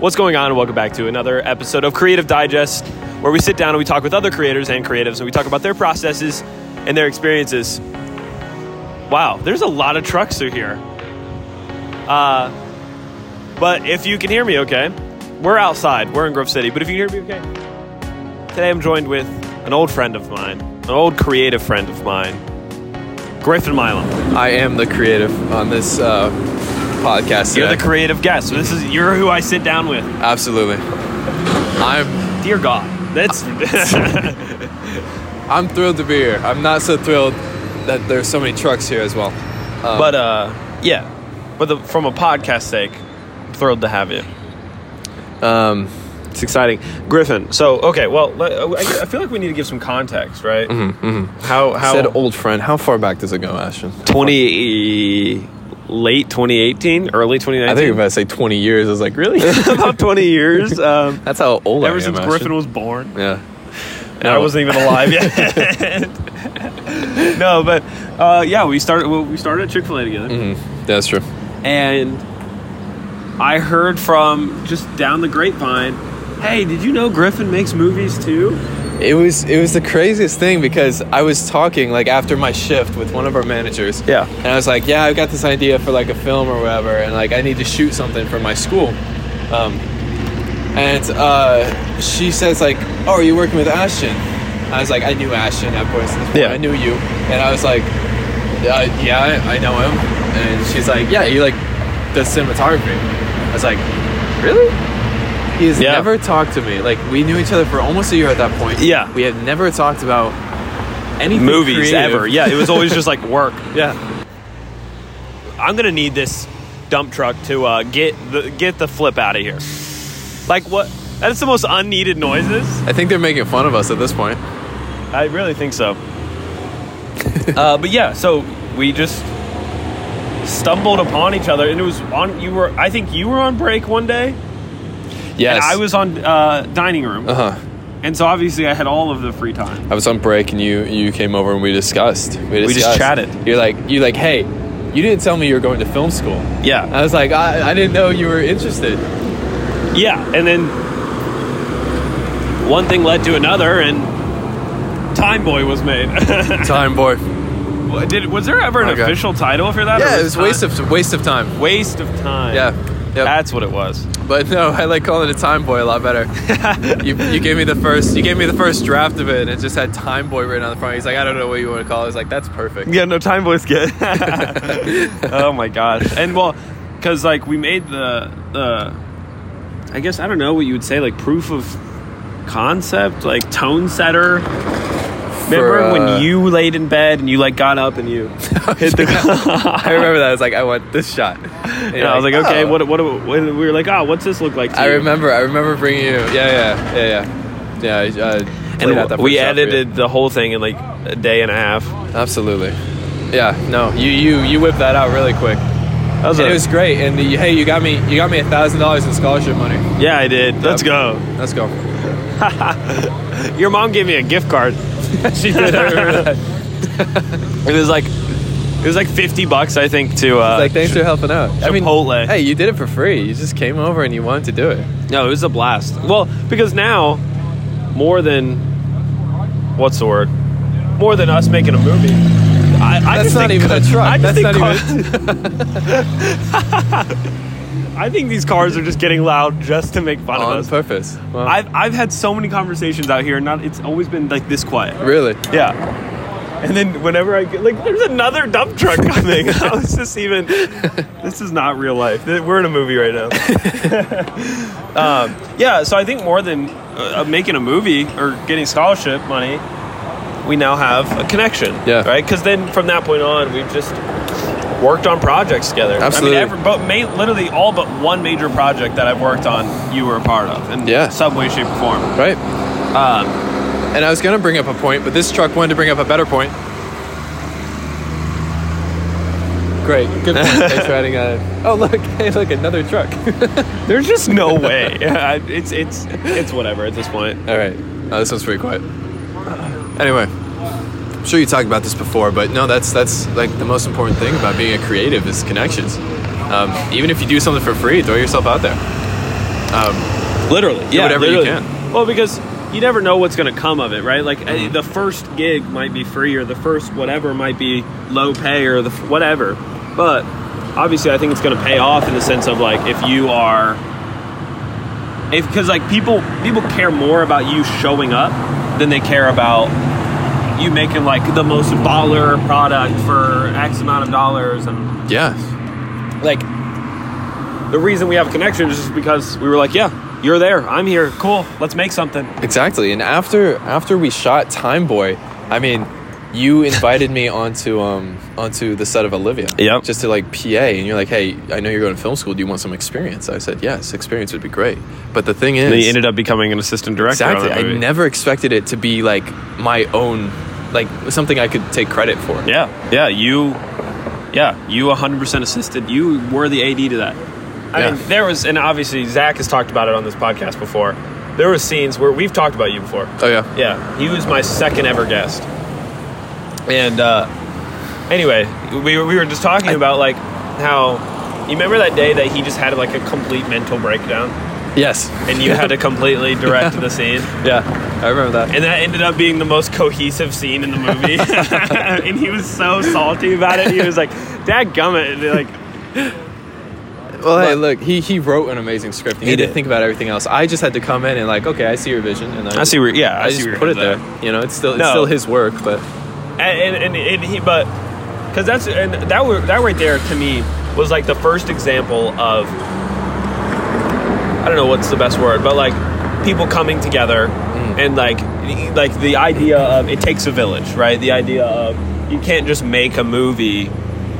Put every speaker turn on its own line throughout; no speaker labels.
What's going on? And welcome back to another episode of Creative Digest, where we sit down and we talk with other creators and creatives and we talk about their processes and their experiences. Wow, there's a lot of trucks through here. Uh, but if you can hear me okay, we're outside, we're in Grove City, but if you can hear me okay, today I'm joined with an old friend of mine, an old creative friend of mine, Griffin Milam.
I am the creative on this uh, podcast.
You're
today.
the creative guest. So this is you're who I sit down with.
Absolutely. I'm
Dear God, that's
I'm thrilled to be here. I'm not so thrilled that there's so many trucks here as well.
but uh yeah. But the, from a podcast sake, I'm thrilled to have you.
Um,
It's exciting, Griffin. So okay, well, let- I I feel like we need to give some context, right? Mm-hmm, How how
said old friend. How far back does it go, Ashton?
twenty late 2018, early 2019.
I think if I say 20 years, I was like, really?
about 20 years. Um,
That's how old I
ever
am.
since
Ashton.
Griffin was born.
Yeah.
And I wasn't even alive yet. no, but uh, yeah, we started well, we started at Chick Fil A together,
Mm, that's true.
and I heard from just down the grapevine, "Hey, did you know Griffin makes movies too?"
It was it was the craziest thing because I was talking like after my shift with one of our managers.
Yeah.
And I was like, yeah, I've got this idea for like a film or whatever, and like I need to shoot something for my school. Um, and uh, she says like, oh, are you working with Ashton? I was like, I knew Ashton at Boys.
Yeah.
I knew you, and I was like, uh, yeah, I, I know him. And she's like, yeah, he like does cinematography. I was like, really? He has
Yeah.
never talked to me. Like we knew each other for almost a year at that point.
Yeah.
We had never talked about anything
Movies
creative.
ever? Yeah, it was always just like work.
Yeah.
I'm gonna need this dump truck to uh, get the get the flip out of here. Like what? That's the most unneeded noises.
I think they're making fun of us at this point.
I really think so. uh, but yeah, so we just stumbled upon each other, and it was on. You were, I think, you were on break one day,
Yes.
and I was on uh, dining room,
Uh huh.
and so obviously I had all of the free time.
I was on break and you you came over and we discussed. We,
just
discussed.
chatted.
You're like you're like, hey, you didn't tell me you were going to film school.
Yeah,
I was like, I, I didn't know you were interested.
yeah, and then one thing led to another, and Time Boy was made.
Time boy.
Did was there ever an
Okay.
official title for that? or
Yeah, it was
Time-
waste of waste of time.
waste of time.
Yeah. Yep.
that's what it was.
But no, I like calling it Time Boy a lot better. you, you gave me the first you gave me the first draft of it and it just had Time Boy written on the front. He's like, I don't know what you want to call it. I was like, that's perfect.
Yeah, no time voice good. oh my gosh! And well, because like we made the the, I guess I don't know what you would say like proof of concept, like tone setter. Remember
For, uh,
when you laid in bed and you like got up and you hit the.
I remember that. I was like, I want this shot. And
and I was like, okay,
oh.
what what, what we were like? Oh, what's this look like? To
I
you?
remember. I remember bringing you. Yeah, yeah, yeah, yeah. Yeah. I, uh, played out that
And we
first shot for you.
edited the whole thing in like a day and a half.
Absolutely. Yeah. No. You you you whipped that out really quick.
That was
And
a-
it was great. And you, hey, you got me. You got me a thousand dollars in scholarship money.
yeah, I did. Let's
Yep.
go.
Let's go.
Your mom gave me a gift card.
she did. I remember that.
It was like it was like fifty bucks, I think, to uh,
like, thanks for helping out. I mean,
Chipotle.
hey, you did it for free. You just came over and you wanted to do it.
No, it was a blast. Well, because now, more than what's the word? More than us making a movie. I, I
That's
just
not
think
even a
ca-
truck.
I just
That's
think
not
ca- I think these cars are just getting loud just to make fun of
On
us.
purpose. Wow.
I've, I've had so many conversations out here, and not it's always been like this quiet.
really.
Yeah. And then whenever I get like, there's another dump truck coming. I was just even, this is not real life. Th- We're in a movie right now. um, yeah, so I think more than uh, uh, making a movie or getting scholarship money, we now have a connection.
Yeah.
Right? Because then from that point on, we've just worked on projects together.
Absolutely.
I mean, every, but ma- literally all but one major project that I've worked on, you were a part of in
Yeah.
some way, shape, or form.
Right.
Um,
And I was gonna bring up a point, but this truck wanted to bring up a better point. Great. Good point. Thanks for adding a. Oh look! Hey, look another truck.
There's just no way. Yeah, it's it's it's whatever at this point.
All right. Oh, this one's pretty quiet. Anyway, I'm sure you talked about this before, but no, that's that's like the most important thing about being a creative is connections. Um, even if you do something for free, throw yourself out there. Um,
Literally, yeah,
whatever you
literally.
can.
Well, because you never know what's going to come of it, right? Like eh, the first gig might be free, or the first whatever might be low pay, or the f- whatever. But obviously, I think it's going to pay off in the sense of like if you are, if because like people people care more about you showing up than they care about you making like the most baller product for X amount of dollars and
yeah,
like the reason we have a connection is just because we were like, yeah, you're there, I'm here, cool, let's make something.
exactly. And after after we shot Time Boy, I mean, you invited me onto um onto the set of Olivia.
Yep.
Just to like PA, and you're like, hey, I know you're going to film school. Do you want some experience? I said, yes, experience would be great. But the thing is,
And he ended up becoming an assistant director.
exactly.
on that
I
movie.
never expected it to be like my own, like something I could take credit for.
Yeah, yeah, you, yeah, you 100% assisted. You were the AD to that. I
Yeah.
mean, there was, and obviously Zach has talked about it on this podcast before. There were scenes where we've talked about you before.
Oh yeah.
Yeah, he was my second ever guest. And uh, anyway, we, were- we were just talking about like how you remember that day that he just had like a complete mental breakdown
Yes.
and you had to completely direct the scene
Yeah, I remember that.
and that ended up being the most cohesive scene in the movie and he was so salty about it he was like dad gummit and they're like
Well, hey, look, he he wrote an amazing script. He,
He
didn't
did.
think about everything else. I just had to come in and like, okay, I see your vision, and I,
where yeah
I, just put it there. You know, it's still it's
No.
still his work, but
and and, and, and he but because that's and that were, that right there to me was like the first example of I don't know what's the best word, but like people coming together
Mm.
and like like the idea of it takes a village, right? The idea of you can't just make a movie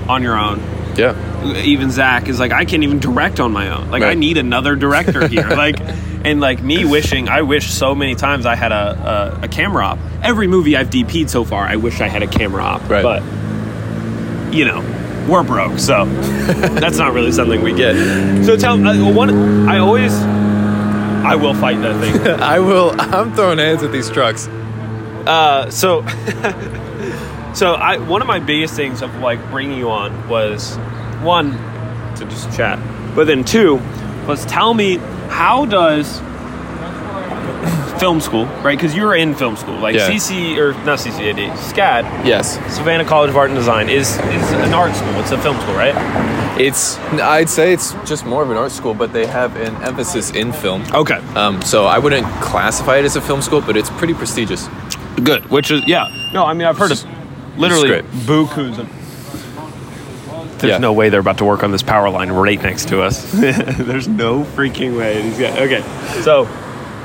on your own.
yeah,
Even Zach is like, I can't even direct on my own. Like I
Right.
need another director here. like and like me wishing, I wish so many times I had a, a, a camera op. Every movie I've DP'd so far, I wish I had a camera op.
Right.
But you know, we're broke, so that's not really something we get. So tell uh, one. I always, I will fight that thing.
I will. I'm throwing hands at these trucks.
Uh, so, so I one of my biggest things of like bringing you on was one to just chat, but then two was tell me how does film school right because you're in film school like
Yeah.
CC or not CCAD SCAD
Yes,
Savannah College of Art and Design is is an art school it's a film school right
it's I'd say it's just more of an art school, but they have an emphasis in film.
okay
Um, so I wouldn't classify it as a film school, but it's pretty prestigious.
good which is yeah no i mean i've heard of literally
great.
bukus of there's
Yeah.
no way they're about to work on this power line right next to us there's no freaking way these guys okay so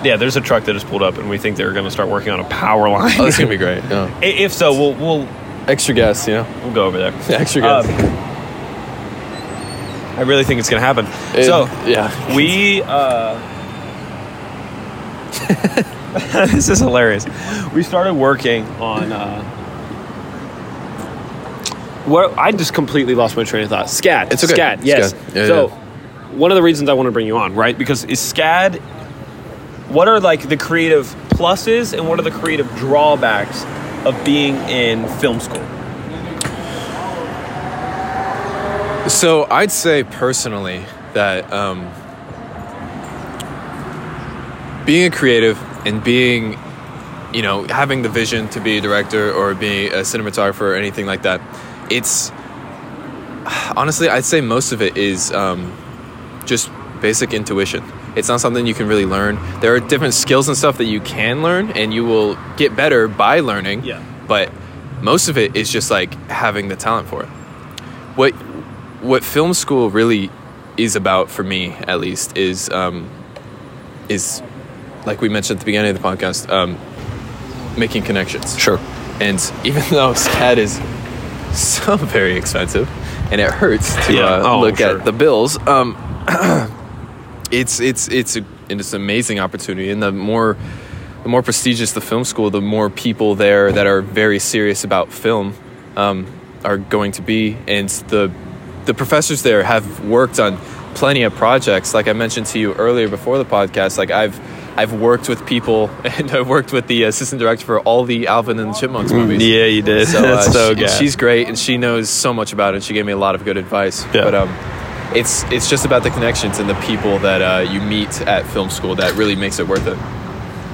yeah there's a truck that just pulled up and we think they're going to start working on a power line
Oh, that's gonna be great. Yeah.
I- if so we'll we'll
Extra gas, you know,
we'll go over there
extra gas.
Um, i really think it's going to happen
It-
so
yeah,
we uh this is hilarious we started working on uh what i just completely lost my train of thought scad
It's okay.
scad yes
SCAD. Yeah,
so
yeah.
one of the reasons i want to bring you on right because is scad what are like the creative pluses and what are the creative drawbacks of being in film school
So I'd say personally that um, being a creative and being, you know, having the vision to be a director or be a cinematographer or anything like that, it's honestly I'd say most of it is um, just basic intuition. It's not something you can really learn. There are different skills and stuff that you can learn, and you will get better by learning.
Yeah.
But most of it is just like having the talent for it what what film school really is about for me at least is um, is like we mentioned at the beginning of the podcast um, making connections
Sure.
and even though SCAD is so very expensive and it hurts to
Yeah.
uh,
Oh,
look
sure.
at the bills um, it's it's it's a, and it's an amazing opportunity and the more the more prestigious the film school the more people there that are very serious about film um, are going to be and the the professors there have worked on plenty of projects like i mentioned to you earlier before the podcast like i've I've worked with people, and I've worked with the assistant director for all the Alvin and the Chipmunks movies.
you did
So, uh, she-
good.
she's great, and she knows so much about it. She gave me a lot of good advice.
Yeah.
But um, it's it's just about the connections and the people that uh, you meet at film school that really makes it worth it.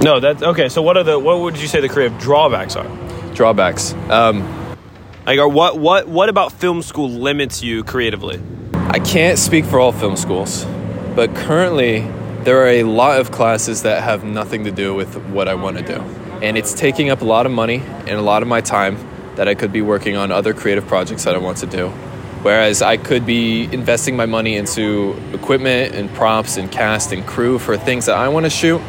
No, that's okay. So what are the what would you say the creative drawbacks are?
Drawbacks. Um,
Like, are what what what about film school limits you creatively?
I can't speak for all film schools, but currently there are a lot of classes that have nothing to do with what I want to do. And it's taking up a lot of money and a lot of my time that I could be working on other creative projects that I want to do. Whereas I could be investing my money into equipment and props and cast and crew for things that I want to shoot,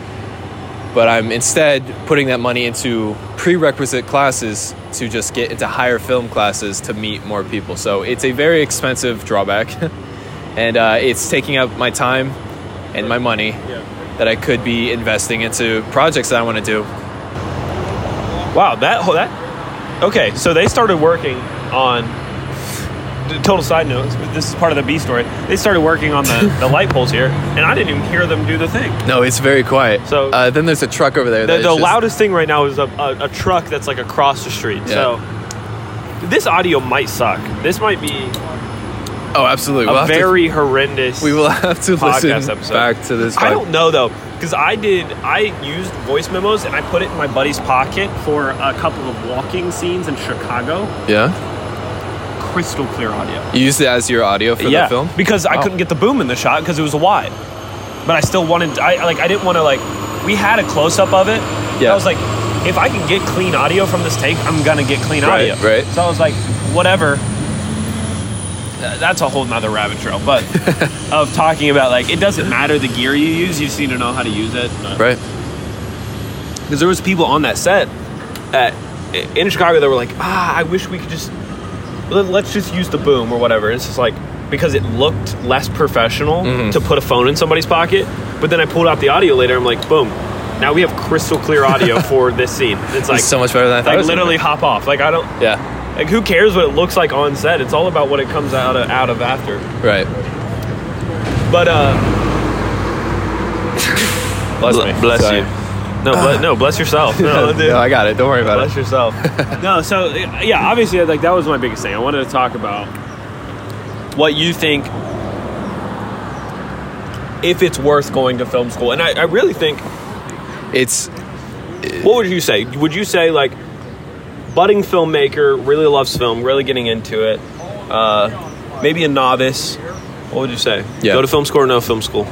but I'm instead putting that money into prerequisite classes to just get into higher film classes to meet more people. So it's a very expensive drawback, and uh, it's taking up my time and my money that I could be investing into projects that I want to do.
Wow, that whole that. Okay, so they started working on. t- Total side note: This is part of the B story. They started working on the, the light poles here, and I didn't even hear them do the thing.
No, it's very quiet.
So-
uh, then there's a truck over there.
The,
that is
the
just-
loudest thing right now is a, a, a truck that's like across the street. So this audio might suck. This might be
Oh, absolutely.
a
We'll have to-
very horrendous.
we will have to
podcast
listen
episode.
back to this.
I
pod-
don't know though, because I did. I used voice memos and I put it in my buddy's pocket for a couple of walking scenes in Chicago.
Yeah,
Crystal clear audio.
you used it as your audio for
yeah,
the film.
because I
Wow.
couldn't get the boom in the shot because it was wide. But I still wanted. I like. I didn't want to like. We had a close up of it.
Yeah.
I was like, if I can get clean audio from this take, I'm gonna get clean
Right,
audio.
right.
So I was like, whatever. Th- That's a whole nother rabbit trail, but of talking about like it doesn't matter the gear you use, you just need to know how to use it.
right.
Because there was people on that set at, in Chicago that were like, ah, I wish we could just let- let's just use the boom or whatever. It's just like because it looked less professional
Mm-hmm.
to put a phone in somebody's pocket. But then I pulled out the audio later. I'm like, boom. Now we have crystal clear audio for this scene. It's like
it's so much better than I thought. it
like
was gonna be.
literally hop off. Like I don't
Yeah.
like who cares what it looks like on set. It's all about what it comes out of, out of after.
Right.
But uh,
Bless
bl-
me.
bless
Sorry.
you. No, ble- no, bless yourself. No, dude.
no, I got it. Don't worry about it.
Bless yourself. no, so yeah, obviously, like that was my biggest thing. I wanted to talk about what you think if it's worth going to film school, and I, I really think,
It's
what would you say? Would you say like budding filmmaker really loves film, really getting into it? Uh, maybe a novice. What would you say?
Yeah.
Go to film school or no film school?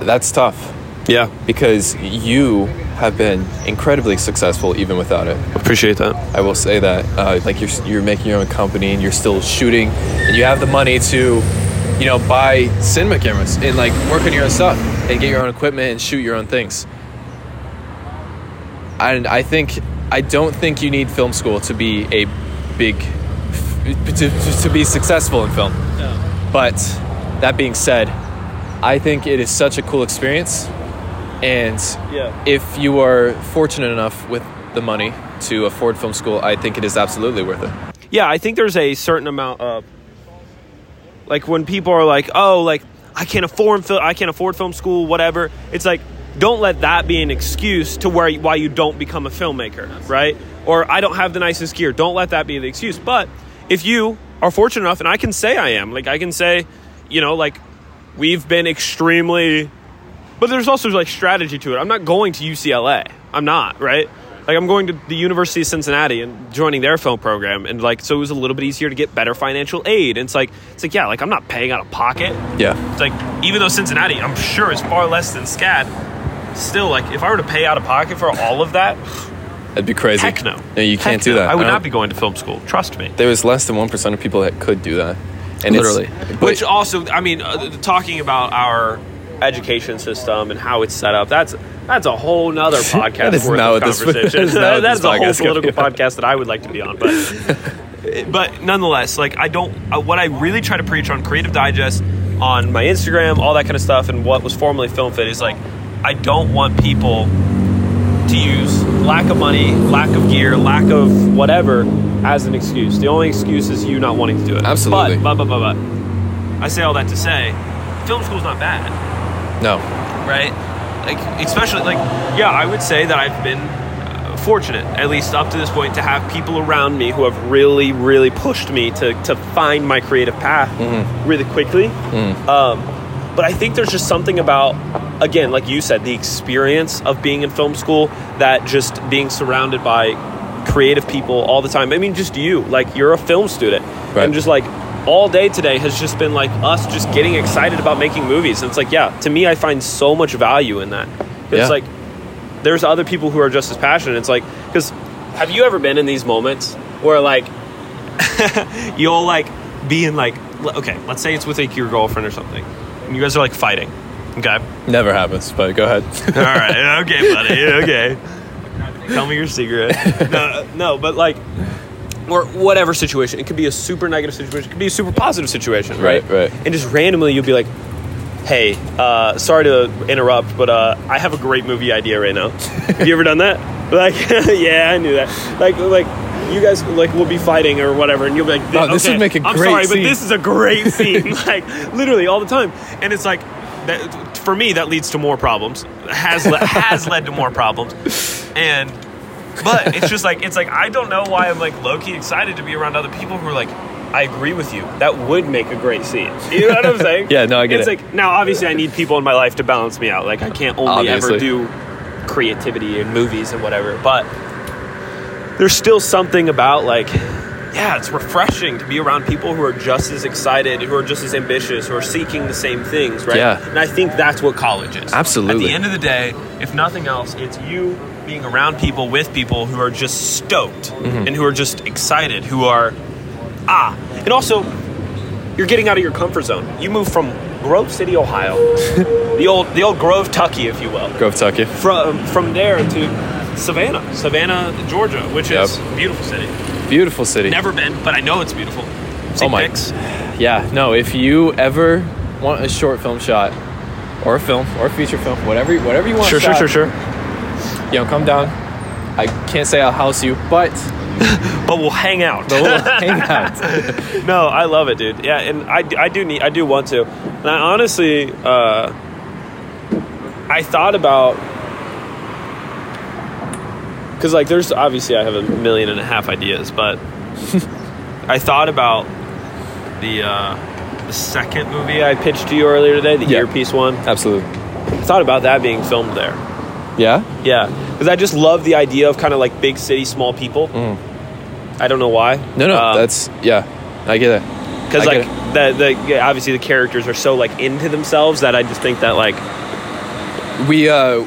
that's tough
Yeah,
because you have been incredibly successful even without it.
appreciate that.
I will say that uh, like you're you're making your own company and you're still shooting and you have the money to you know buy cinema cameras and like work on your own stuff and get your own equipment and shoot your own things. And I think I don't think you need film school to be a big f- to, to, to be successful in film. But that being said, I think it is such a cool experience and
Yeah.
if you are fortunate enough with the money to afford film school, I think it is absolutely worth it.
yeah, I think there's a certain amount of like when people are like, "Oh, like I can't afford film, I can't afford film school, whatever." It's like don't let that be an excuse to where why you don't become a filmmaker, right? Or I don't have the nicest gear. Don't let that be the excuse. But if you are fortunate enough, and I can say I am, like I can say, you know, like we've been extremely but there's also like strategy to it. I'm not going to UCLA. I'm not right. Like I'm going to the University of Cincinnati and joining their film program, and like so it was a little bit easier to get better financial aid. And it's like it's like yeah, like I'm not paying out of pocket.
Yeah.
It's like even though Cincinnati, I'm sure is far less than SCAD. Still, like if I were to pay out of pocket for all of that,
That'd be crazy.
heck no.
No, you
Heck
can't do
no.
that.
I would
don't-
not be going to film school. Trust me.
There was less than 1% of people that could do that. And it's-
Literally.
but-
Which also, I mean, uh, th- talking about our education system and how it's set up, that's that's a whole nother podcast
That is
worth
not
of
what this-
conversation.
that is not what
that's
this
a whole
podcast can
political
be on.
podcast that I would like to be on. But but nonetheless, like I don't. Uh, what I really try to preach on Creative Digest, on my Instagram, all that kind of stuff, and what was formerly Film Fit is like, I don't want people to use lack of money, lack of gear, lack of whatever as an excuse. The only excuse is you not wanting to do it.
Absolutely.
But, but, but, but, but. I say all that to say, film school's not bad,
no.
right? Like, especially, like, yeah, I would say that I've been uh, fortunate, at least up to this point, to have people around me who have really, really pushed me to, to find my creative path really quickly. Um, but I think there's just something about, again, like you said, the experience of being in film school that just being surrounded by creative people all the time. I mean, just you, like you're a film student,
Right.
and just like all day today has just been like us just getting excited about making movies. And it's like, yeah, to me, I find so much value in that.
Yeah.
It's like there's other people who are just as passionate. It's like, because have you ever been in these moments where like you'll like be in like, l- okay, let's say it's with like your girlfriend or something, and you guys are like fighting. Okay.
Never happens, but go ahead.
All right. Okay, buddy. Okay. Tell me your secret. No, no, but like, or whatever situation. It could be a super negative situation. It could be a super positive situation, right?
Right, right.
And just randomly, you'll be like, "Hey, uh, sorry to interrupt, but uh, I have a great movie idea right now. Have you ever done that? Like, yeah, I knew that. Like, like." You guys like will be fighting or whatever, and you'll be like,
Wow, this
okay,
would make a
I'm
great
sorry, but
scene."
this is a great scene, like literally all the time. And it's like, that, for me, that leads to more problems. Has le- has led to more problems, and but it's just like it's like I don't know why I'm like low key excited to be around other people who are like. I agree with you. That would make a great scene. You know what I'm saying?
Yeah, no, I get
it's
it.
like now, obviously, I need people in my life to balance me out. Like, I can't only
Obviously.
ever do creativity and movies and whatever. But there's still something about like yeah it's refreshing to be around people who are just as excited who are just as ambitious who are seeking the same things right
Yeah.
and i think that's what college is
Absolutely.
at the end of the day if nothing else it's you being around people with people who are just stoked and who are just excited who are ah and also you're getting out of your comfort zone you move from grove city ohio the old the old grove tucky if you will
Grove Tucky.
from from there to Savannah, Savannah, Georgia, which
Yep.
is a beautiful city.
Beautiful city.
Never been, but I know it's beautiful. See
Oh my-
pics?
Yeah, no, if you ever want a short film shot or a film or a feature film, whatever whatever you want shot,
sure.
You know, come down. I can't say I'll house you, but
But we'll hang out.
but we'll hang out.
no, I love it, dude. Yeah, and I, I do need I do want to. And I honestly, uh, I thought about because like there's obviously I have a million and a half ideas, but I thought about the uh, the second movie I pitched to you earlier today, the
Yeah.
earpiece one.
Absolutely.
I thought about that being filmed there.
Yeah?
Yeah, because I just love the idea of kind of like big city, small people. I don't know why.
Mm. No, no,
Um,
that's yeah. I get it.
because
I get
like the, the yeah, obviously the characters are so like into themselves that I just think that like
we uh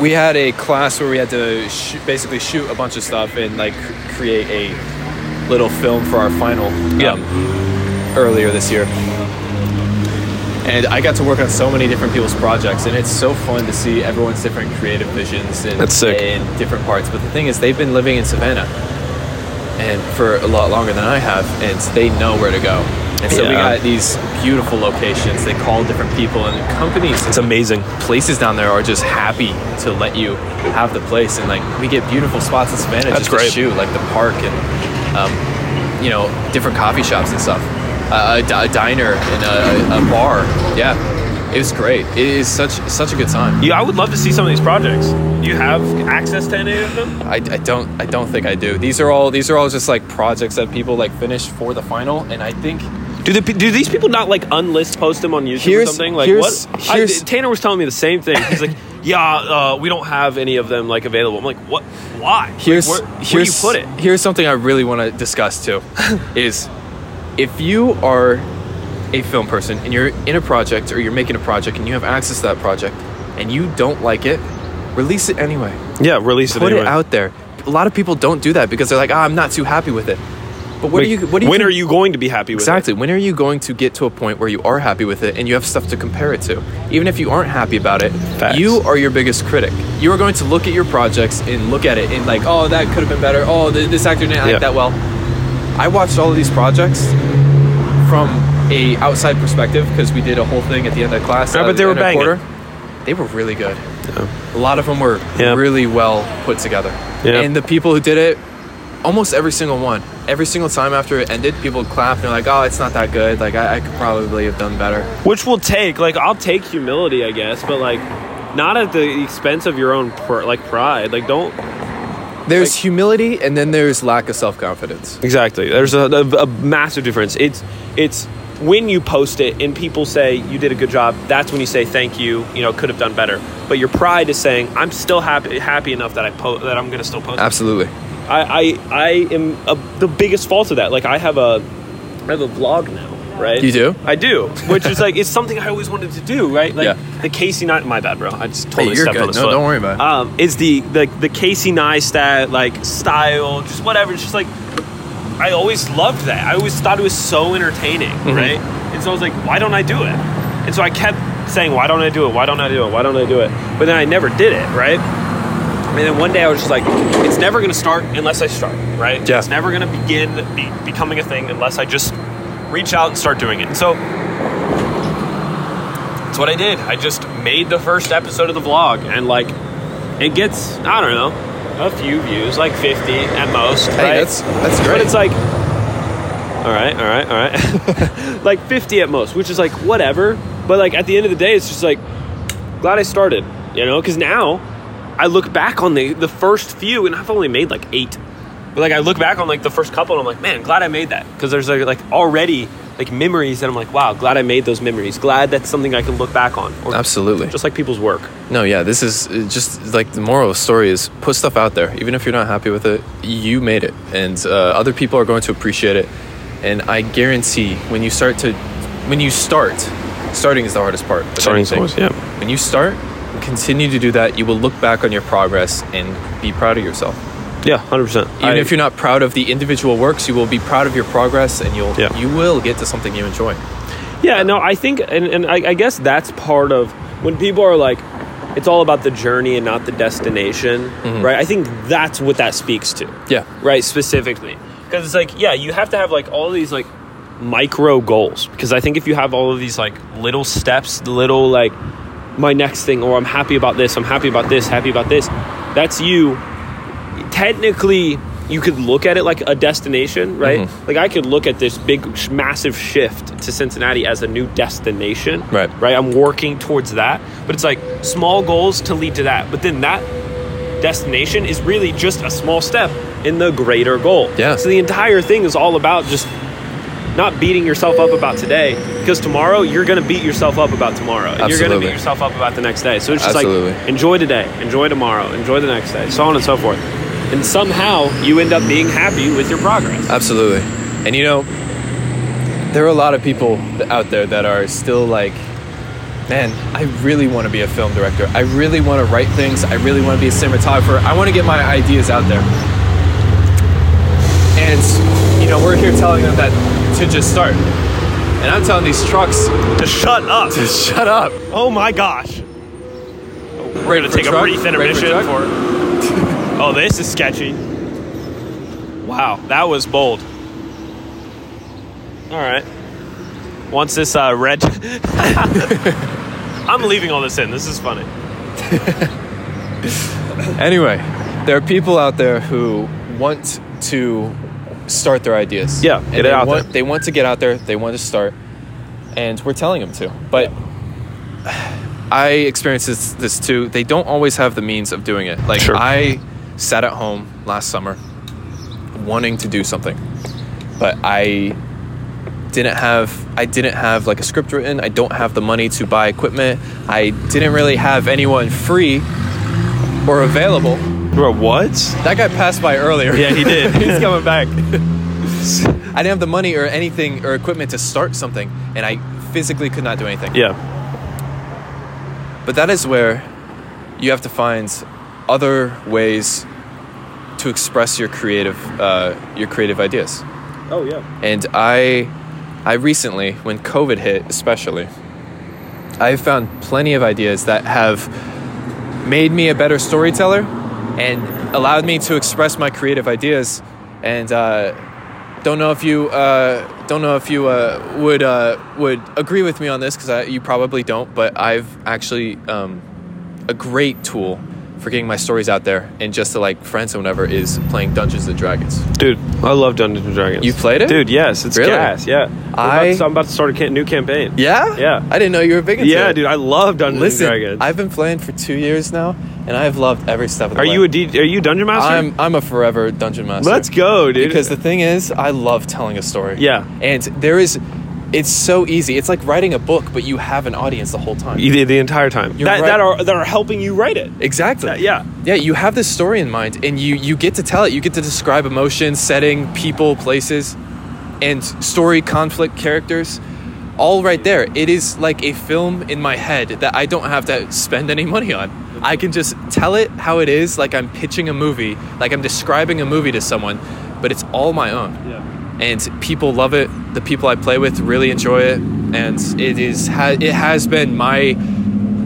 we had a class where we had to sh- basically shoot a bunch of stuff and like cr- create a little film for our final um,
Yeah.
earlier this year and i got to work on so many different people's projects and it's so fun to see everyone's different creative visions and,
That's sick.
and different parts but the thing is they've been living in savannah and for a lot longer than i have and they know where to go and so we
Yeah.
got these beautiful locations they call different people and companies
it's amazing.
places down there are just happy to let you have the place and like we get beautiful spots in Savannah
That's
just to
great.
shoot like the park and um, you know different coffee shops and stuff uh, a, di- a diner and a, a bar yeah it was great it is such such a good time
Yeah, I would love to see some of these projects. Do you have access to any of them?
I, I don't I don't think I do these are all these are all just like projects that people like finish for the final and I think
Do the, pe- do these people not like unlist post them on YouTube
Here's-
or something? Like
here's-
what?
here's-
I, Tanner was telling me the same thing. He's like, yeah, uh, we don't have any of them like available. I'm like, what? Why? Like,
here's
where,
here's
where do you put it?
here's something I really want to discuss too is if you are a film person and you're in a project or you're making a project and you have access to that project and you don't like it release it anyway
Yeah, release
put it out there a lot of people don't do that because they're like ah, I'm not too happy with it but what are you what do you
when
think-
are you going to be happy with it?
Exactly. When are you going to get to a point where you are happy with it and you have stuff to compare it to? Even if you aren't happy about it,
Facts.
you are your biggest critic. You are going to look at your projects and look at it and like, oh, that could have been better. Oh, th- this actor didn't act
Yeah.
that well. I watched all of these projects from a outside perspective because we did a whole thing at the end of class.
Yeah,
uh,
but they
the
were
end of
banging.
They were really good. A lot of them were
Yeah.
really well put together.
Yeah.
And the people who did it almost every single one. Every single time after it ended, people would clap and they're like, "Oh, it's not that good. Like I, I could probably have done better."
which will take like i'll take humility i guess but like not at the expense of your own pr- like pride like don't
There's
Like-
humility, and then there's lack of self confidence.
Exactly. There's a, a, a massive difference. It's it's when you post it and people say you did a good job. That's when you say thank you. You know, could have done better. But your pride is saying I'm still happy happy enough that I po- that I'm gonna still post. it."
Absolutely.
I I, I am a, the biggest fault of that. Like I have a I have a vlog now, right?
You do?
I do, which is like it's something I always wanted to do, right? Like
Yeah.
the Casey Nye. My bad, bro. I just totally
you're
stepped
good.
on his
No,
foot.
don't worry about it.
Um, is the the the Casey Neistat like style, just whatever. It's just like I always loved that. I always thought it was so entertaining,
Mm-hmm.
right? And so I was like, why don't I do it? And so I kept saying, why don't I do it? Why don't I do it? Why don't I do it? But then I never did it, right? And then one day I was just like, it's never gonna start unless I start, right?
Yeah.
It's never gonna begin be, becoming a thing unless I just reach out and start doing it. And so that's what I did. I just made the first episode of the vlog, and like, it gets I don't know a few views, like fifty at most.
Hey,
right?
that's that's great.
But it's like, all right, all right, all right. like 50 at most, which is like whatever. But like at the end of the day, it's just like, glad I started, you know? Because now I look back on the, the first few and I've only made like eight. But like I look back on like the first couple and I'm like, man, glad I made that. Because there's like, like already like memories that I'm like, wow, glad I made those memories. Glad that's something I can look back on. Or
Absolutely.
Just like people's work.
No, yeah, this is uh, just like the moral of the story is put stuff out there. Even if you're not happy with it, you made it, and uh, other people are going to appreciate it. And I guarantee, when you start to, when you start, starting is the hardest part. with
Starting's
anything.
always- yeah.
When you start, continue to do that. You will look back on your progress and be proud of yourself.
Yeah, 100%.
Even if you're not proud of the individual works, you will be proud of your progress, and you'll
Yeah.
you will get to something you enjoy.
Yeah, no, I think, and, and I, I guess that's part of when people are like, it's all about the journey and not the destination, right? I think that's what that speaks to,
Yeah,
right? Specifically. Because it's like, yeah, you have to have like all these like micro goals. Because I think if you have all of these like little steps, little like my next thing, or I'm happy about this, I'm happy about this, happy about this, that's you technically you could look at it like a destination, right? Like I could look at this big, sh- massive shift to Cincinnati as a new destination,
Right.
Right. I'm working towards that, but it's like small goals to lead to that. But then that destination is really just a small step in the greater goal.
Yeah.
So the entire thing is all about just not beating yourself up about today because tomorrow you're going to beat yourself up about tomorrow and you're going to
Absolutely.
beat yourself up about the next day. So it's just like
Absolutely.
enjoy today, enjoy tomorrow, enjoy the next day, so on and so forth. And somehow you end up being happy with your progress.
Absolutely. And you know, there are a lot of people out there that are still like, man, I really want to be a film director. I really want to write things. I really want to be a cinematographer. I want to get my ideas out there. And, you know, we're here telling them that to just start. And I'm telling these trucks
Just shut up.
to shut up.
Oh my gosh. We're going to
for
take a
truck?
brief
Ready for
intermission
truck?
for. oh, this is sketchy. Wow, that was bold. All right. Once this uh, red. I'm leaving all this in. This is funny.
Anyway, there are people out there who want to start their ideas.
Yeah,
And
get it
they
out
want,
there.
They want to get out there. They want to start, and we're telling them to. But I experienced this, this too. They don't always have the means of doing it. Like
Sure.
I sat at home last summer, wanting to do something, but I didn't have I didn't have like a script written. I don't have the money to buy equipment. I didn't really have anyone free or available
Bro, what?
that guy passed by earlier.
Yeah, he did.
He's coming back. I didn't have the money or anything or equipment to start something, and I physically could not do anything.
Yeah.
But that is where you have to find other ways to express your creative uh, your creative ideas.
Oh yeah.
And I, I recently, when COVID hit, especially, I found plenty of ideas that have made me a better storyteller and allowed me to express my creative ideas. And uh, don't know if you uh, don't know if you uh, would uh, would agree with me on this because you probably don't. But I've actually um, a great tool for getting my stories out there and just to like friends and whatever is playing Dungeons and Dragons.
Dude, I love Dungeons and Dragons.
You played it?
Dude, yes, it's
Really?
gas. Yeah. We're
I-
about to- I'm about to start a ca- new campaign.
Yeah?
Yeah.
I didn't know you were big into
Yeah,
it.
dude, I love Dungeons
Listen,
and Dragons.
I've been playing for two years now, and I've loved every step of the
are
way.
you a D- are you a dungeon master?
I'm I'm a forever dungeon master.
Let's go, dude.
Because the thing is, I love telling a story.
Yeah.
And there is, it's so easy. It's like writing a book, but you have an audience the whole time.
You did the entire time.
You're
that,
right.
that are that are helping you write it.
Exactly.
That- yeah.
Yeah, you have this story in mind and you you get to tell it. You get to describe emotion, setting, people, places, and story, conflict, characters. All right there. It is like a film in my head that I don't have to spend any money on. I can just tell it how it is like I'm pitching a movie, like I'm describing a movie to someone, but it's all my own.
Yeah.
And people love it. The people I play with really enjoy it, and it is ha- it has been my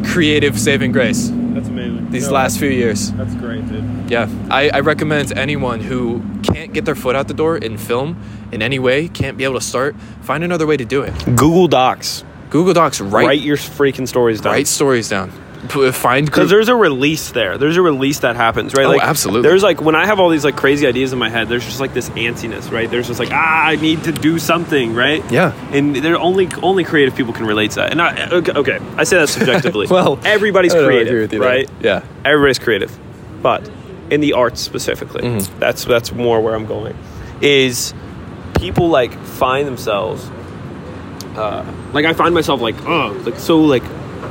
creative saving grace
That's amazing.
these last few years.
That's great, dude.
Yeah, I, I recommend anyone who can't get their foot out the door in film in any way, can't be able to start, find another way to do it.
Google Docs.
Google Docs, write
Write your freaking stories down.
write stories down. P- find
because
group.
there's a release there. There's a release that happens, right?
Oh,
like,
absolutely.
There's like when I have all these like crazy ideas in my head. There's just like this antsiness, right? There's just like ah, I need to do something, right?
Yeah.
And there only only creative people can relate to that. And I okay, okay I say that subjectively.
well,
everybody's
I don't
creative,
agree with you there.
right?
Yeah.
everybody's creative, but in the arts specifically,
Mm-hmm.
that's that's more where I'm going. Is people like find themselves, uh, like I find myself like oh like so like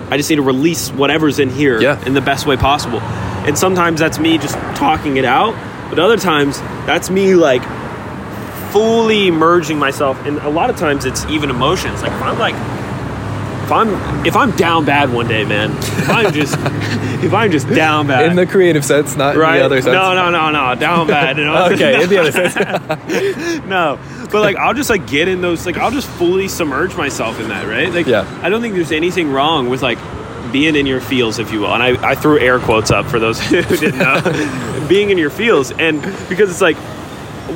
I just need to release whatever's in here
Yeah.
in the best way possible, and sometimes that's me just talking it out, but other times that's me like fully merging myself, and a lot of times it's even emotions. Like if I'm like if I'm if I'm down bad one day, man, if I'm just if I'm just down bad
In the creative sense, not
right?
in the other sense.
No, no, no, no, down bad. You know?
Okay, in the other sense.
no, but like I'll just like get in those. Like I'll just fully submerge myself in that. Right? Like
Yeah.
I don't think there's anything wrong with like being in your feels, if you will. And I, I threw air quotes up for those who didn't know. being in your feels, and because it's like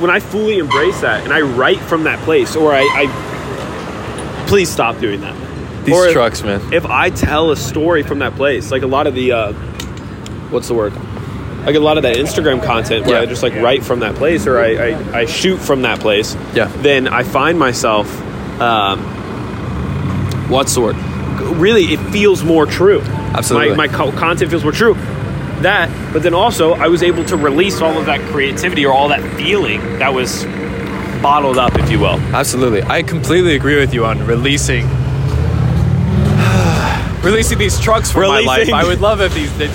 when I fully embrace that and I write from that place, or I, I please stop doing that.
These
Or if-
trucks, man.
if I tell a story from that place, like a lot of the, uh, what's the word? Like a lot of that Instagram content where
Yeah.
I just like write from that place or I, I, I shoot from that place.
Yeah.
Then I find myself, um, what's the word? Really, it feels more true.
Absolutely.
My, my co- content feels more true. That, but then also I was able to release all of that creativity or all that feeling that was bottled up, if you will.
Absolutely. I completely agree with you on releasing. releasing these trucks from my life.
Releasing.
I would love if these. Did.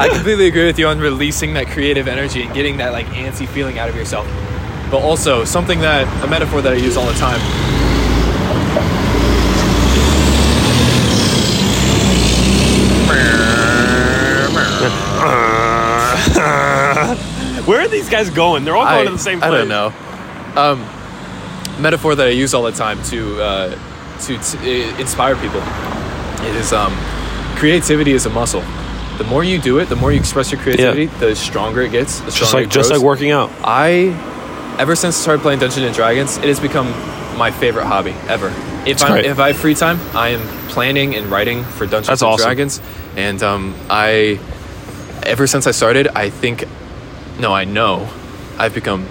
I completely agree with you on releasing that creative energy and getting that like antsy feeling out of yourself. But also something that a metaphor that I use all the time.
Where are these guys going? They're all going to
I,
the same
I
place.
don't know. Um, metaphor that I use all the time to uh, to, to i- inspire people. It is um, creativity is a muscle. The more you do it, the more you express your creativity, the stronger it gets. The stronger
Just like
it
just
grows.
like working out.
I, ever since I started playing Dungeons and Dragons, it has become my favorite hobby ever. If I
great.
if I have free time, I am planning and writing for Dungeons
That's
and
awesome.
Dragons, and um, I, ever since I started, I think, no, I know, I've become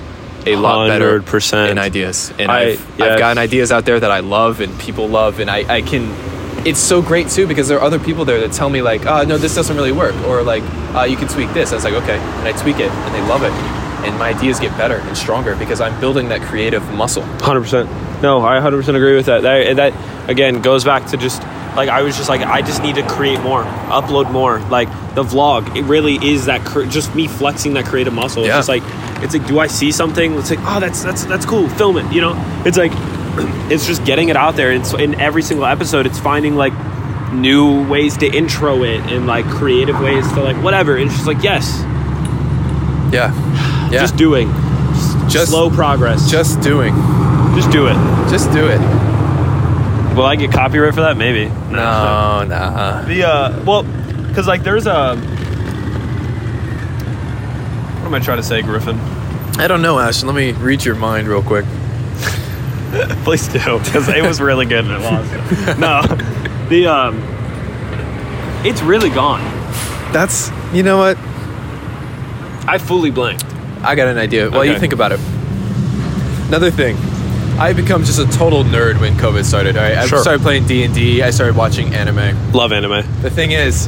a lot better
100%.
in ideas, and
I-
I've, I've
yes.
gotten ideas out there that I love and people love, and I, I can. It's so great too because there are other people there that tell me like, uh, no, this doesn't really work, or like, uh, you can tweak this. I was like, okay, and I tweak it, and they love it, and my ideas get better and stronger because I'm building that creative muscle.
Hundred percent. No, I hundred percent agree with that. that. That again goes back to just like I was just like I just need to create more, upload more. Like the vlog, it really is that cre- just me flexing that creative muscle. It's
Yeah.
just like it's like do I see something? It's like oh that's that's that's cool. Film it. You know, it's like it's just getting it out there. And it's in every single episode, it's finding like new ways to intro it and like creative ways to like whatever. And it's just like yes,
Yeah, yeah.
just doing, just,
Just-
slow progress, just
just doing,
just do it.
just do it.
Will I get copyright for that? Maybe.
No, nah.
The uh, well, because like there's a. What am I trying to say, Griffin?
I don't know, Ash. Let me read your mind real quick.
Please do, because it was really good and I lost it. No, the um, it's really gone.
That's you know what?
I fully blanked.
I got an idea. While you
Okay.
think about it. Another thing, I become just a total nerd when COVID started. All right, I
Sure.
started playing D and D. I started watching anime.
Love anime.
The thing is,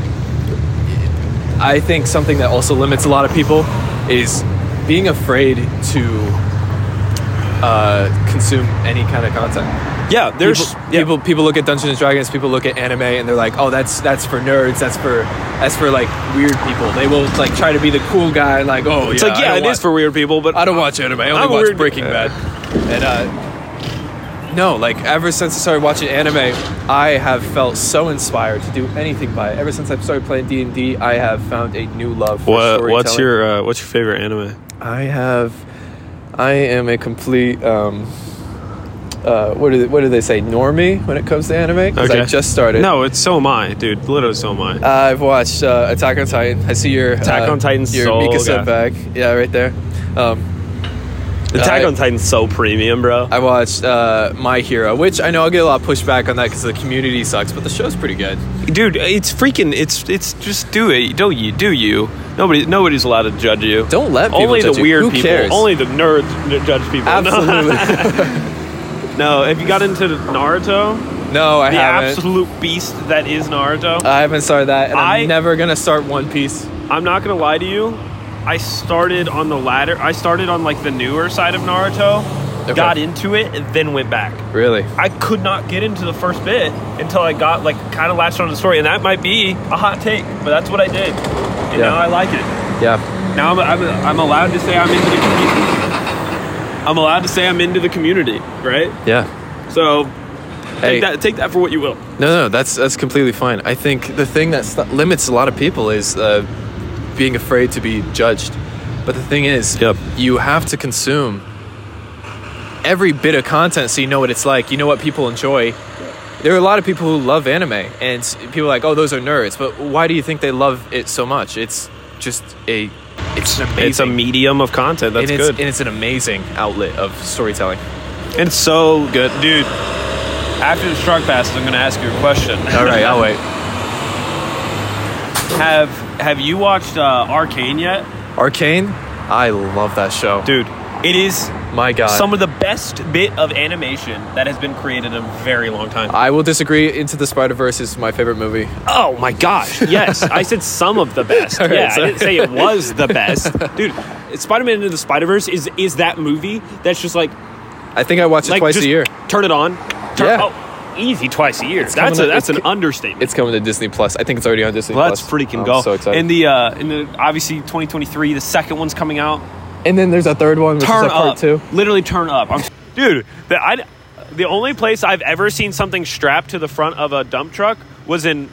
I think something that also limits a lot of people is being afraid to uh, consume any kind of content.
Yeah, there's
people,
yeah.
people people look at Dungeons and Dragons, people look at anime, and they're like, "Oh, that's that's for nerds. That's for that's for like weird people." They will like try to be the cool guy, like, "Oh,
It's
yeah,
like
I
yeah,
don't
it is
watch-
for weird people, but
I don't watch anime. I only
I'm
watch
weird-
Breaking Bad. And uh, no, like ever since I started watching anime, I have felt so inspired to do anything by it. Ever since I've started playing D and I have found a new love. For
What,
storytelling.
what's your uh, what's your favorite anime?
I have. I am a complete. Um, uh, what do they, what do they say? Normie when it comes to anime because I just started.
No, it's so am I, dude. Literally, so am I.
I've watched uh, Attack on Titan. I see your
Attack
uh,
on Titan's
Your
so
Mika
good.
sub bag. Yeah, right there. Um,
Attack
I-
on Titan's so premium, bro.
I watched uh, My Hero, which I know I'll get a lot of pushback on that because the community sucks, but the show's pretty good.
dude, it's freaking. It's it's just do it. Don't you do you? Nobody nobody's allowed to judge you.
Don't let people
only
judge
the
you.
weird
Who
people.
cares?
Only the nerds n- judge people. No. no,
Absolutely.
have you got into Naruto?
no, I
The
haven't. Uh.
absolute beast that is Naruto.
I haven't started that, and I,
I-
am never gonna start One Piece.
I'm not gonna lie to you. I started on the latter. I started on like the newer side of Naruto.
Okay.
Got into it, and then went back.
Really?
I could not get into the first bit until I got like kind of latched onto the story, and that might be a hot take, but that's what I did. And
Yeah.
now I like it.
Yeah.
Now I'm, I'm, I'm allowed to say I'm into the community. I'm allowed to say I'm into the community, right?
Yeah.
So take
Hey.
that take that for what you will.
No, no, that's that's completely fine. I think the thing that st- limits a lot of people is uh, being afraid to be judged. But the thing is,
Yep.
you have to consume every bit of content so you know what it's like. You know what people enjoy. There are a lot of people who love anime, and s- people are like, "Oh, those are nerds." But why do you think they love it so much? It's just a, it's an amazing,
It's a medium of content. That's
and it's,
good.
and it's an amazing outlet of storytelling.
it's so good, dude. After the shark passes, I'm gonna ask you a question.
All right, I'll wait.
have Have you watched uh, Arcane yet,
Arcane, I love that show.
dude? Uh, It is
My God,
some of the best bit of animation that has been created in a very long time.
I will disagree. Into the Spider Verse is my favorite movie.
oh my gosh! Yes, I said some of the best.
right,
yeah, I
sorry.
didn't say it was the best, dude. Spider-Man into the Spider-Verse is is that movie that's just like
I think I watch it
like
twice
just
a year.
Turn it on. Turn,
Yeah.
oh, easy twice a year. that's
coming
a,
up-
that's an
it's-
understatement.
It's coming to Disney Plus. I think it's already on Disney
Let's
Plus.
freaking
I'm
go!
So excited.
And the uh, and the obviously 2023, the second one's coming out.
And then there's a third one, which
turn
is like part
up.
two.
Literally turn up. I'm, dude, the, I, the only place I've ever seen something strapped to the front of a dump truck was in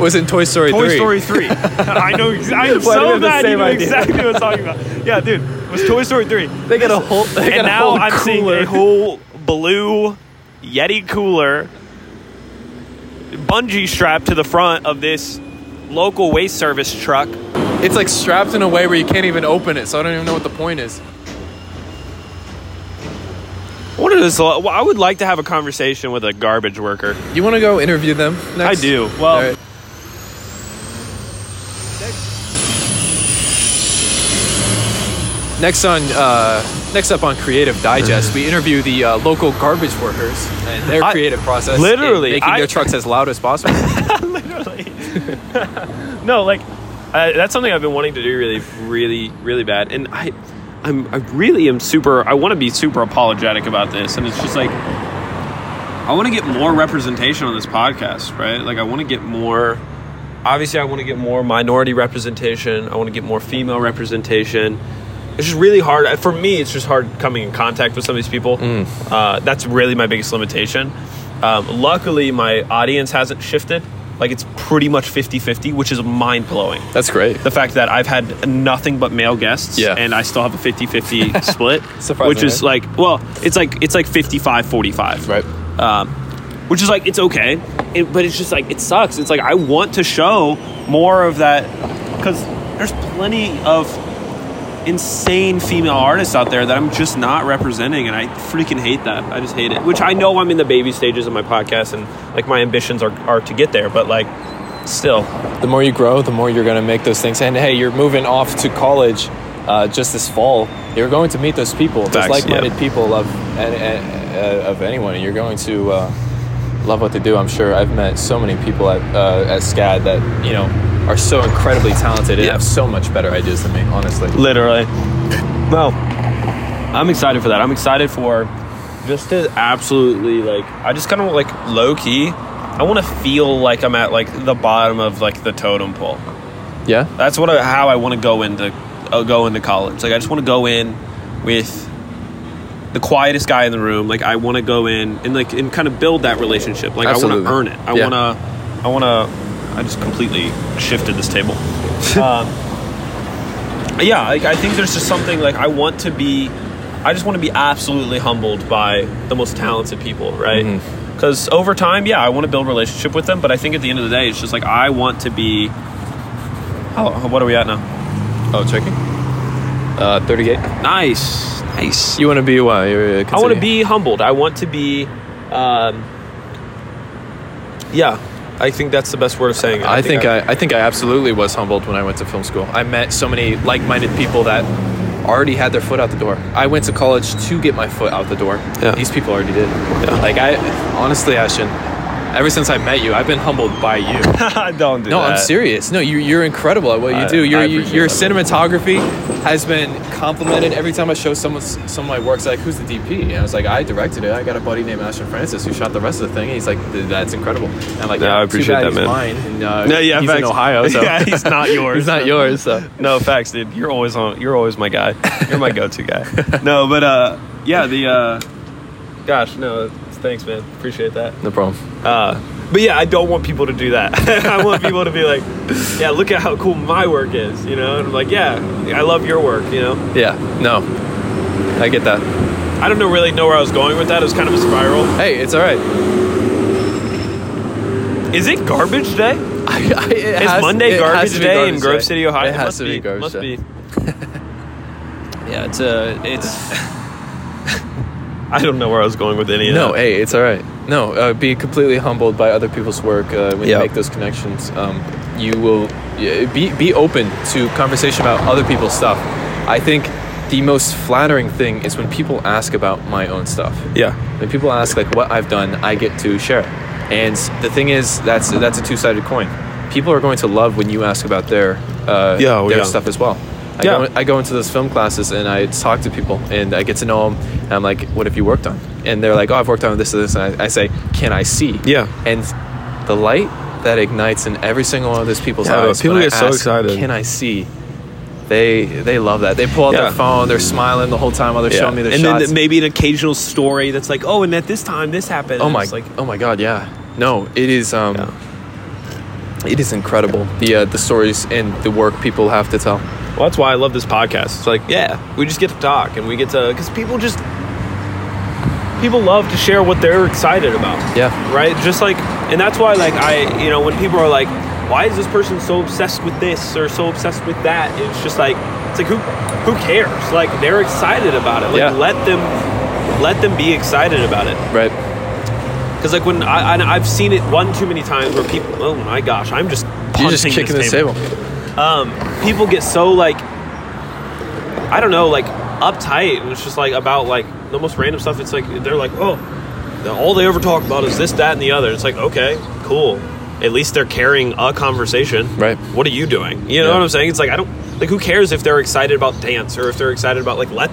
Was in Toy Story
Toy
3.
Story 3. I know ex- I'm
Why do we
so
have the
bad you
same
know
idea?
exactly what I'm talking about. Yeah, dude, it was Toy Story 3.
They got a whole. They got
and
a
now
whole
I'm seeing
cooler.
a whole blue Yeti cooler bungee strapped to the front of this local waste service truck.
It's like strapped in a way where you can't even open it, so I don't even know what the point is.
What is? well, I would like to have a conversation with a garbage worker.
You want to go interview them next?
I do. Well,
All right. Next on, uh, next up on Creative Digest, we interview the uh, local garbage workers and their
I-
creative process, in
literally,
making
I-
their trucks as loud as possible.
literally. no, like uh, that's something I've been wanting to do really, really, really bad, and I, I'm, I really am super. I want to be super apologetic about this, and it's just like I want to get more representation on this podcast, right? Like I want to get more. Obviously, I want to get more minority representation. I want to get more female representation. It's just really hard for me. It's just hard coming in contact with some of these people. Uh, that's really my biggest limitation. Um, luckily, my audience hasn't shifted. Like it's pretty much 50-50, which is mind blowing
That's great.
the fact that I've had nothing but male guests
Yeah.
and I still have a 50-50 split
Surprising,
which is
right?
like well it's like it's like 55-45
Right.
um, which is like it's okay it, but it's just like it sucks it's like I want to show more of that because there's plenty of insane female artists out there that I'm just not representing, and I freaking hate that. I just hate it. Which I know I'm in the baby stages of my podcast, and like my ambitions are, are to get there, but like still.
the more you grow, the more you're going to make those things. And hey, you're moving off to college uh, just this fall. You're going to meet those people, those
Facts,
like-minded
yeah.
people of and, and, uh, of anyone, and you're going to uh, love what they do. I'm sure. I've met so many people at uh, at SCAD that you know are so incredibly talented and
Yeah.
have so much better ideas than me. Honestly,
Literally. Well, I'm excited for that. I'm excited for just to absolutely like I just kind of like low key. I want to feel like I'm at like the bottom of like the totem pole.
yeah.
That's what I, how I want to go into uh, go into college. Like I just want to go in with the quietest guy in the room. Like I want to go in and like and kind of build that relationship. Like
Absolutely.
I want to earn it. I
Yeah.
want to I want to I just completely shifted this table. um, yeah, like I think there's just something like I want to be I just want to be absolutely humbled by the most talented people, right?
Mhm.
Cuz over time, yeah, I want to build relationship with them, but I think at the end of the day it's just like I want to be Oh, what are we at now?
Oh, checking. Uh, 38.
Nice, nice.
You want to be what?
I
You're, uh,
want to
continue.
be humbled. I want to be, um, yeah. I think that's the best word of saying it.
I think I, I think I absolutely was humbled when I went to film school. I met so many like-minded people that already had their foot out the door. I went to college to get my foot out the door.
Yeah.
These people already did.
Yeah.
Like I honestly, Ashton, ever since I met you, I've been humbled by you.
I don't do
No,
that.
I'm serious. No, you, you're incredible at what you
I-
do. Your
I
you-
appreciate
your
that.
cinematography has been complimented every time I show someone s- some of my works. Like, who's the DP? And I was like, I directed it. I got a buddy named Ashton Francis who shot the rest of the thing. And he's like, "Th- that's incredible. And I'm like,
Yeah, I
too
appreciate
bad
that,
he's
man."
Mine. And, uh,
No, yeah,
he's in
facts.
Ohio, so
yeah, he's not yours.
he's not yours. So
No facts, dude. You're always on. You're always my guy. You're my go-to guy. No, but uh, yeah. The uh, gosh, no. Thanks, man. Appreciate that.
no problem.
Uh, but yeah, I don't want people to do that. I want people to be like, yeah, look at how cool my work is, you know. And I'm like, yeah, I love your work, you know.
Yeah, no, I get that.
I don't know really know where I was going with that. It was kind of a spiral.
Hey, it's all right.
Is it garbage day? Is
I, I, it has- it
Monday
has
garbage
to
day in
be garbage
Grove
day.
City, Ohio?
It has
must
to be, garbage
Must
day.
be. yeah, it's
uh,
a it's. I don't know where I was going with any of
No,
that.
hey, it's all right. No, uh, be completely humbled by other people's work uh, when you
Yeah.
make those connections. Um, you will yeah, be be open to conversation about other people's stuff. I think the most flattering thing is when people ask about my own stuff.
Yeah.
When people ask like what I've done, I get to share it. And the thing is, that's that's a two-sided coin. People are going to love when you ask about their uh,
Yeah, oh,
their
yeah.
stuff as well.
Yeah.
I, go, I go into those film classes and I talk to people and I get to know them. And I'm like, "What have you worked on?" And they're like, "Oh, I've worked on this and this." And I, I say, "Can I see?"
Yeah.
And the light that ignites in every single one of those people's
Yeah,
eyes.
people
when I
get so
ask,
excited.
Can I see? They they love that. They pull out
Yeah.
their phone. They're smiling the whole time while they're
Yeah.
showing me their
and
shots.
then maybe an occasional story that's like, oh, and at this time this happened.
Oh
and
my!
it's Like,
oh my God! Yeah. No, it is. Um,
Yeah.
It is incredible the uh, the stories and the work people have to tell.
well, that's why I love this podcast. It's like, yeah, we just get to talk and we get to because people just people love to share what they're excited about.
Yeah.
right just like and that's why like i you know when people are like why is this person so obsessed with this or so obsessed with that it's just like it's like who who cares like they're excited about it like
Yeah.
let them let them be excited about it
Right.
because like when I, I i've seen it one too many times where people oh my gosh i'm just
You're just
punting
kicking
this
this table.
um, people get so like I don't know, like uptight, and it's just like about like the most random stuff. It's like they're like, oh, all they ever talk about is this, that, and the other. It's like okay, cool. At least they're carrying a conversation.
Right.
What are you doing? You know
Yeah.
what I'm saying? It's like I don't like who cares if they're excited about dance or if they're excited about like let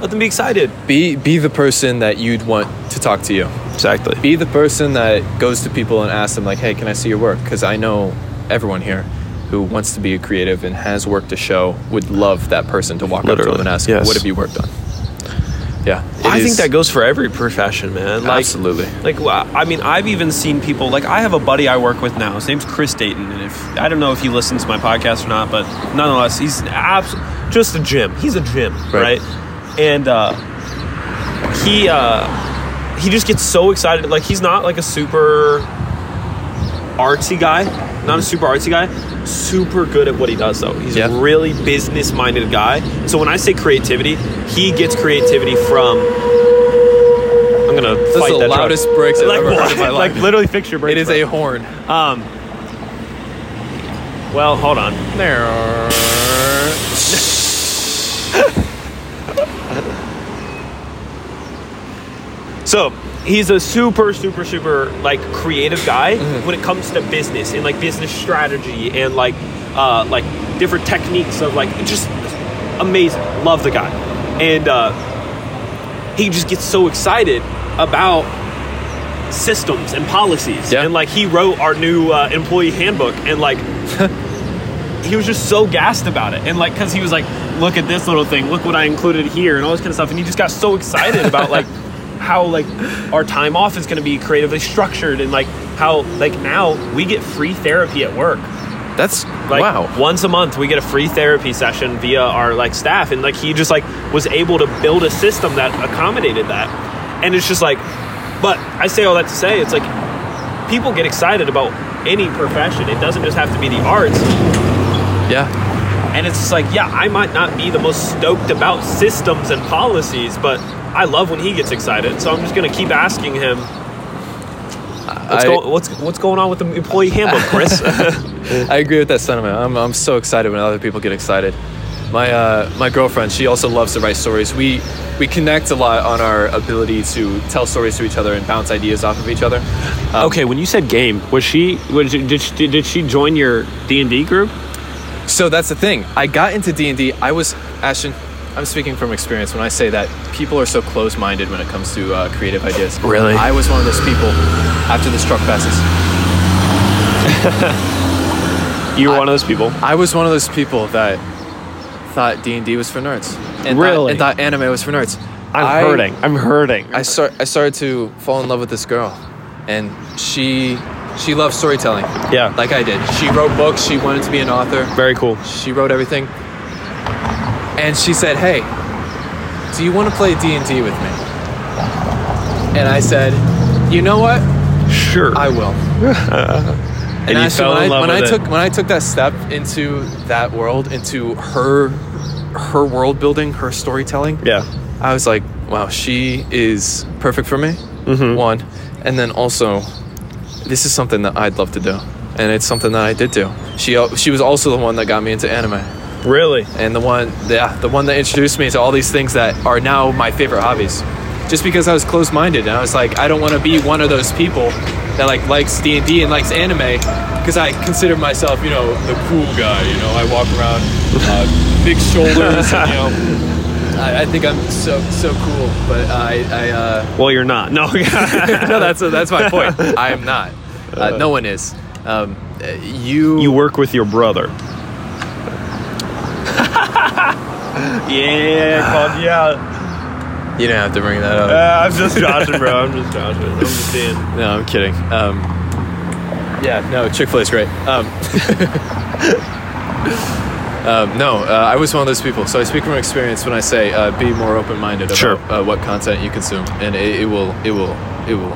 let them be excited.
Be be the person that you'd want to talk to you.
Exactly.
Be the person that goes to people and asks them like, "Hey, can I see your work?" Because I know everyone here who wants to be a creative and has work to show would love that person to walk up to
Literally,
them and ask,
yes.
"What have you worked on?" Yeah. it
I think
is-
that goes for every profession, man. Like,
Absolutely.
Like, well, I mean, I've even seen people, like, I have a buddy I work with now. His name's Chris Dayton. And if I don't know if he listens to my podcast or not, but nonetheless, he's abs- just a gym. He's a gym, right?
Right.
And uh, he, uh, he just gets so excited. Like, he's not like a super artsy guy, not a super artsy guy, super good at what he does, though. He's
Yeah.
a really business minded guy. So when I say creativity, he gets creativity from. I'm gonna
is
fight
the
that truck.
loudest brakes I've
like,
ever heard in my
like
life.
literally fix your brakes.
It is
bro.
a horn.
Um, Well, hold on.
There. are-
So he's a super, super, super like creative guy
Mm-hmm.
when it comes to business and like business strategy and like uh, like different techniques of like just amazing. Love the guy, and uh, he just gets so excited about systems and policies.
Yeah.
And like he wrote our new uh, employee handbook, and like he was just so gassed about it and like because he was like look at this little thing look what i included here and all this kind of stuff and he just got so excited about like how like our time off is going to be creatively structured and like how like now we get free therapy at work
That's
like
wow.
once a month we get a free therapy session via our like staff and like he just like was able to build a system that accommodated that and it's just like but i say all that to say it's like people get excited about any profession it doesn't just have to be the arts
Yeah.
and it's just like, yeah, I might not be the most stoked about systems and policies, but I love when he gets excited. So I'm just gonna keep asking him what's,
I-
go- what's what's going on with the employee handbook, Chris.
I agree with that sentiment. I'm, I'm so excited when other people get excited. My uh, my girlfriend, she also loves to write stories. We we connect a lot on our ability to tell stories to each other and bounce ideas off of each other. Um,
okay, when you said game, was she was did she, did she join your D and D group?
So that's the thing. I got into D and D. I was Ashton. I'm speaking from experience when I say that people are so close-minded when it comes to uh, creative ideas.
Really?
I was one of those people. After this truck passes,
You were one of those people.
I was one of those people that thought D and D was for nerds. And Thought,
Really?
and thought anime was for nerds.
I'm
I-
hurting. I'm hurting.
I start I started to fall in love with this girl, and she she loved storytelling.
Yeah.
like I did. She wrote books. She wanted to be an author.
Very cool.
She wrote everything, and she said, "Hey, do you want to play D and D with me?" And I said, "You know what?
Sure.
I will."
and,
And
you
actually,
fell in
when I,
love
when
with
I
it.
took when I took that step into that world, into her her world building, her storytelling,
yeah.
I was like, wow, she is perfect for me. One. And then also, this is something that I'd love to do. And it's something that I did do. She al- she was also the one that got me into anime.
Really.
And the one yeah, the one that introduced me to all these things that are now my favorite hobbies. Just because I was closed minded and I was like, I don't want to be one of those people that like likes D and D and likes anime because I consider myself, you know, the cool guy. You know, I walk around, uh, big shoulders, and, you know. I, I think I'm so so cool, but I, I uh,
Well, you're not. No.
no, that's that's my point. I am not. Uh, no one is. Um, uh, you
you work with your brother. yeah, called yeah.
you don't have to bring that up.
Uh, I'm just joshing, bro. I'm just joshing. I'm just being.
No, I'm kidding. Um, yeah, no, Chick Fil A is great. Um, um, no, uh, I was one of those people. So I speak from experience when I say uh, be more open minded about
Sure.
uh, what content you consume, and it, it will, it will, it will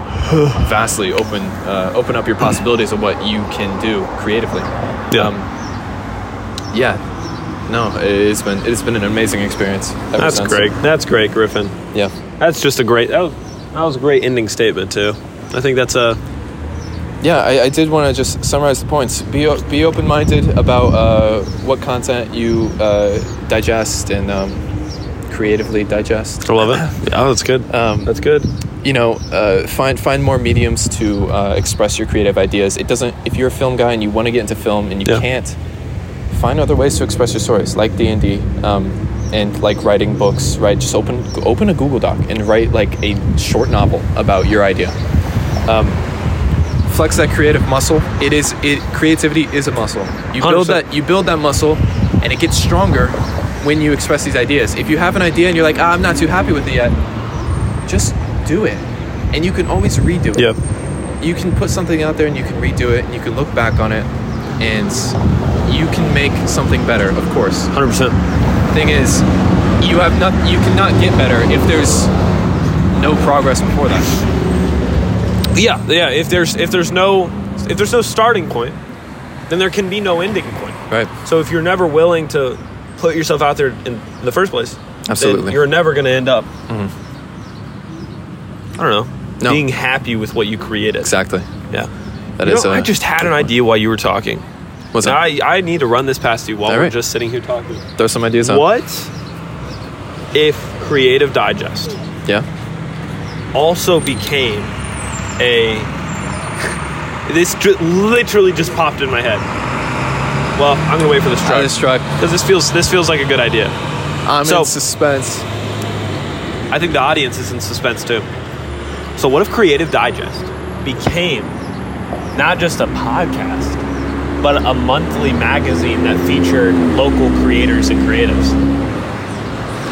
vastly open uh, open up your possibilities of what you can do creatively. Um,
Yeah.
yeah. No, it's been it's been an amazing experience. ever
That's
since.
great. That's great, Griffin.
Yeah,
That's just a great. That was, that was a great ending statement too. I think that's a.
yeah. I, I did want to just summarize the points. Be o- be open minded about uh, what content you uh, digest and um, creatively digest.
I love it. Oh, that's good.
Um,
that's good.
you know, uh, find find more mediums to uh, express your creative ideas. It doesn't. If you're a film guy and you want to get into film and you
Yeah.
can't, find other ways to express your stories, like D and D, um, and like writing books. Right, just open open a Google Doc and write like a short novel about your idea. Um, flex that creative muscle. It is it creativity is a muscle. You
100%.
build that you build that muscle, and it gets stronger when you express these ideas. If you have an idea and you're like, ah, I'm not too happy with it yet, just do it. And you can always redo it.
Yep.
You can put something out there and you can redo it and you can look back on it and you can make something better, of course.
Hundred percent.
Thing is, you have not you cannot get better if there's no progress before that.
Yeah, yeah. If there's if there's no if there's no starting point, then there can be no ending point.
Right.
So if you're never willing to put yourself out there in the first place, then
Absolutely.
you're never going to end up. I don't know.
No.
Being happy with what you created.
Exactly.
Yeah.
That
You
is
know,
a-
I just had an idea while you were talking.
What's
Now
up?
I, I need to run this past you while
All
we're
right.
just sitting here talking.
Throw some ideas out.
What if Creative Digest
Yeah.
also became a. This ju- literally just popped in my head. Well, I'm gonna wait for this
I
truck
was struck.
because this feels this feels like a good idea.
I'm
So-
in suspense.
I think the audience is in suspense too. So, what if Creative Digest became not just a podcast, but a monthly magazine that featured local creators and creatives?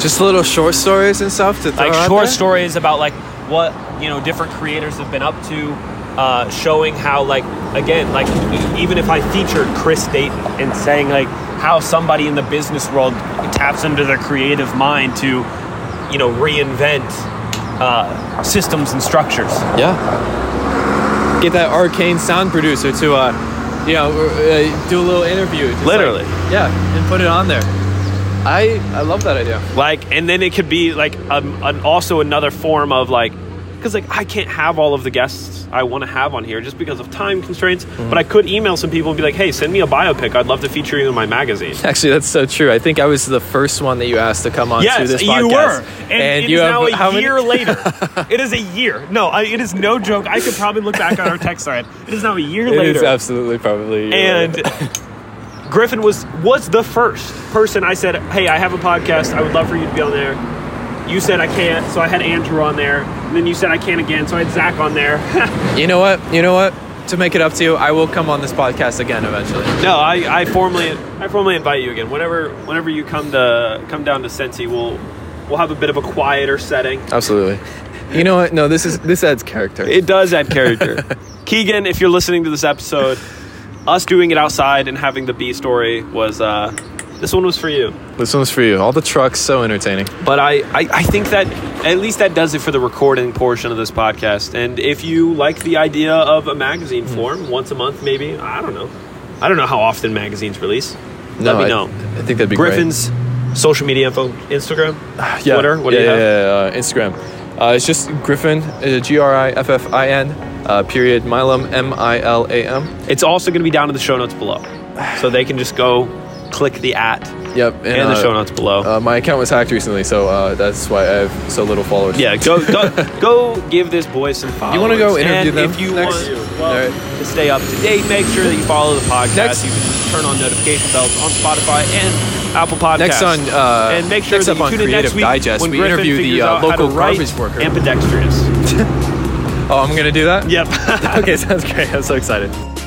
Just little short stories and stuff to throw
like
out
short
there?
stories about like what you know different creators have been up to uh, showing how like again like e- even if i featured chris dayton and saying like how somebody in the business world taps into their creative mind to you know reinvent uh, systems and structures
Yeah. Get that arcane sound producer to, uh, you know, uh, do a little interview. Just like-
Literally.
yeah, and put it on there. I I love that idea.
like and then it could be like um, an, also another form of like because like i can't have all of the guests i want to have on here just because of time constraints
Mm-hmm.
but i could email some people and be like hey send me a biopic i'd love to feature you in my magazine
Actually, that's so true. I think I was the first one that you asked to come on to
Yes,
this
you
podcast.
were, and, it
you
is
have
now
how
a
many-
year later. It is a year. No, I, it is no joke. I could probably look back on our text thread. It is now a year
It
later,
is absolutely probably. a year
and
later.
Griffin was was the first person I said, "Hey, I have a podcast. I would love for you to be on there." You said I can't, so I had Andrew on there. And then you said I can again, so I had Zach on there.
you know what? You know what? To make it up to you, I will come on this podcast again eventually.
no, I, I formally I formally invite you again. Whenever whenever you come to come down to Sensi, we'll we'll have a bit of a quieter setting.
Absolutely. You know what? No, this is this adds character.
It does add character. Keegan, if you're listening to this episode, us doing it outside and having the B story was uh, this one was for you.
this one's for you. All the trucks, so entertaining.
But I, I, I think that at least that does it for the recording portion of this podcast. And if you like the idea of a magazine
Hmm.
form once a month, maybe I don't know, I don't know how often magazines release. Let me
I,
know.
I think that'd be great.
Griffin's social media info, Instagram,
yeah.
Twitter. What
yeah,
do you
yeah,
have?
yeah, yeah, uh, Instagram. Uh, it's just Griffin, uh, G R I F F I N, uh, period, Milam, M I L A M.
It's also going to be down in the show notes below, so they can just go click the at
Yep.
and the
uh,
show notes below.
Uh, my account was hacked recently, so uh, that's why I have so little followers.
Yeah, go go, go give this boy some followers.
You wanna go interview
and
them
if you
next?
want well,
Alright.
to stay up to date, make sure that you follow the podcast.
Next.
You can turn on notification bells on Spotify and Apple Podcasts.
Next on, uh,
and make sure
next
that
up
you
on
tune in next
Creative
week
Digest,
when
we
Griffin
interview the,
figures
uh,
out how to
local
write
garbage worker.
and pedestrians.
Oh, I'm going to do that?
Yep.
Okay, sounds great. I'm so excited.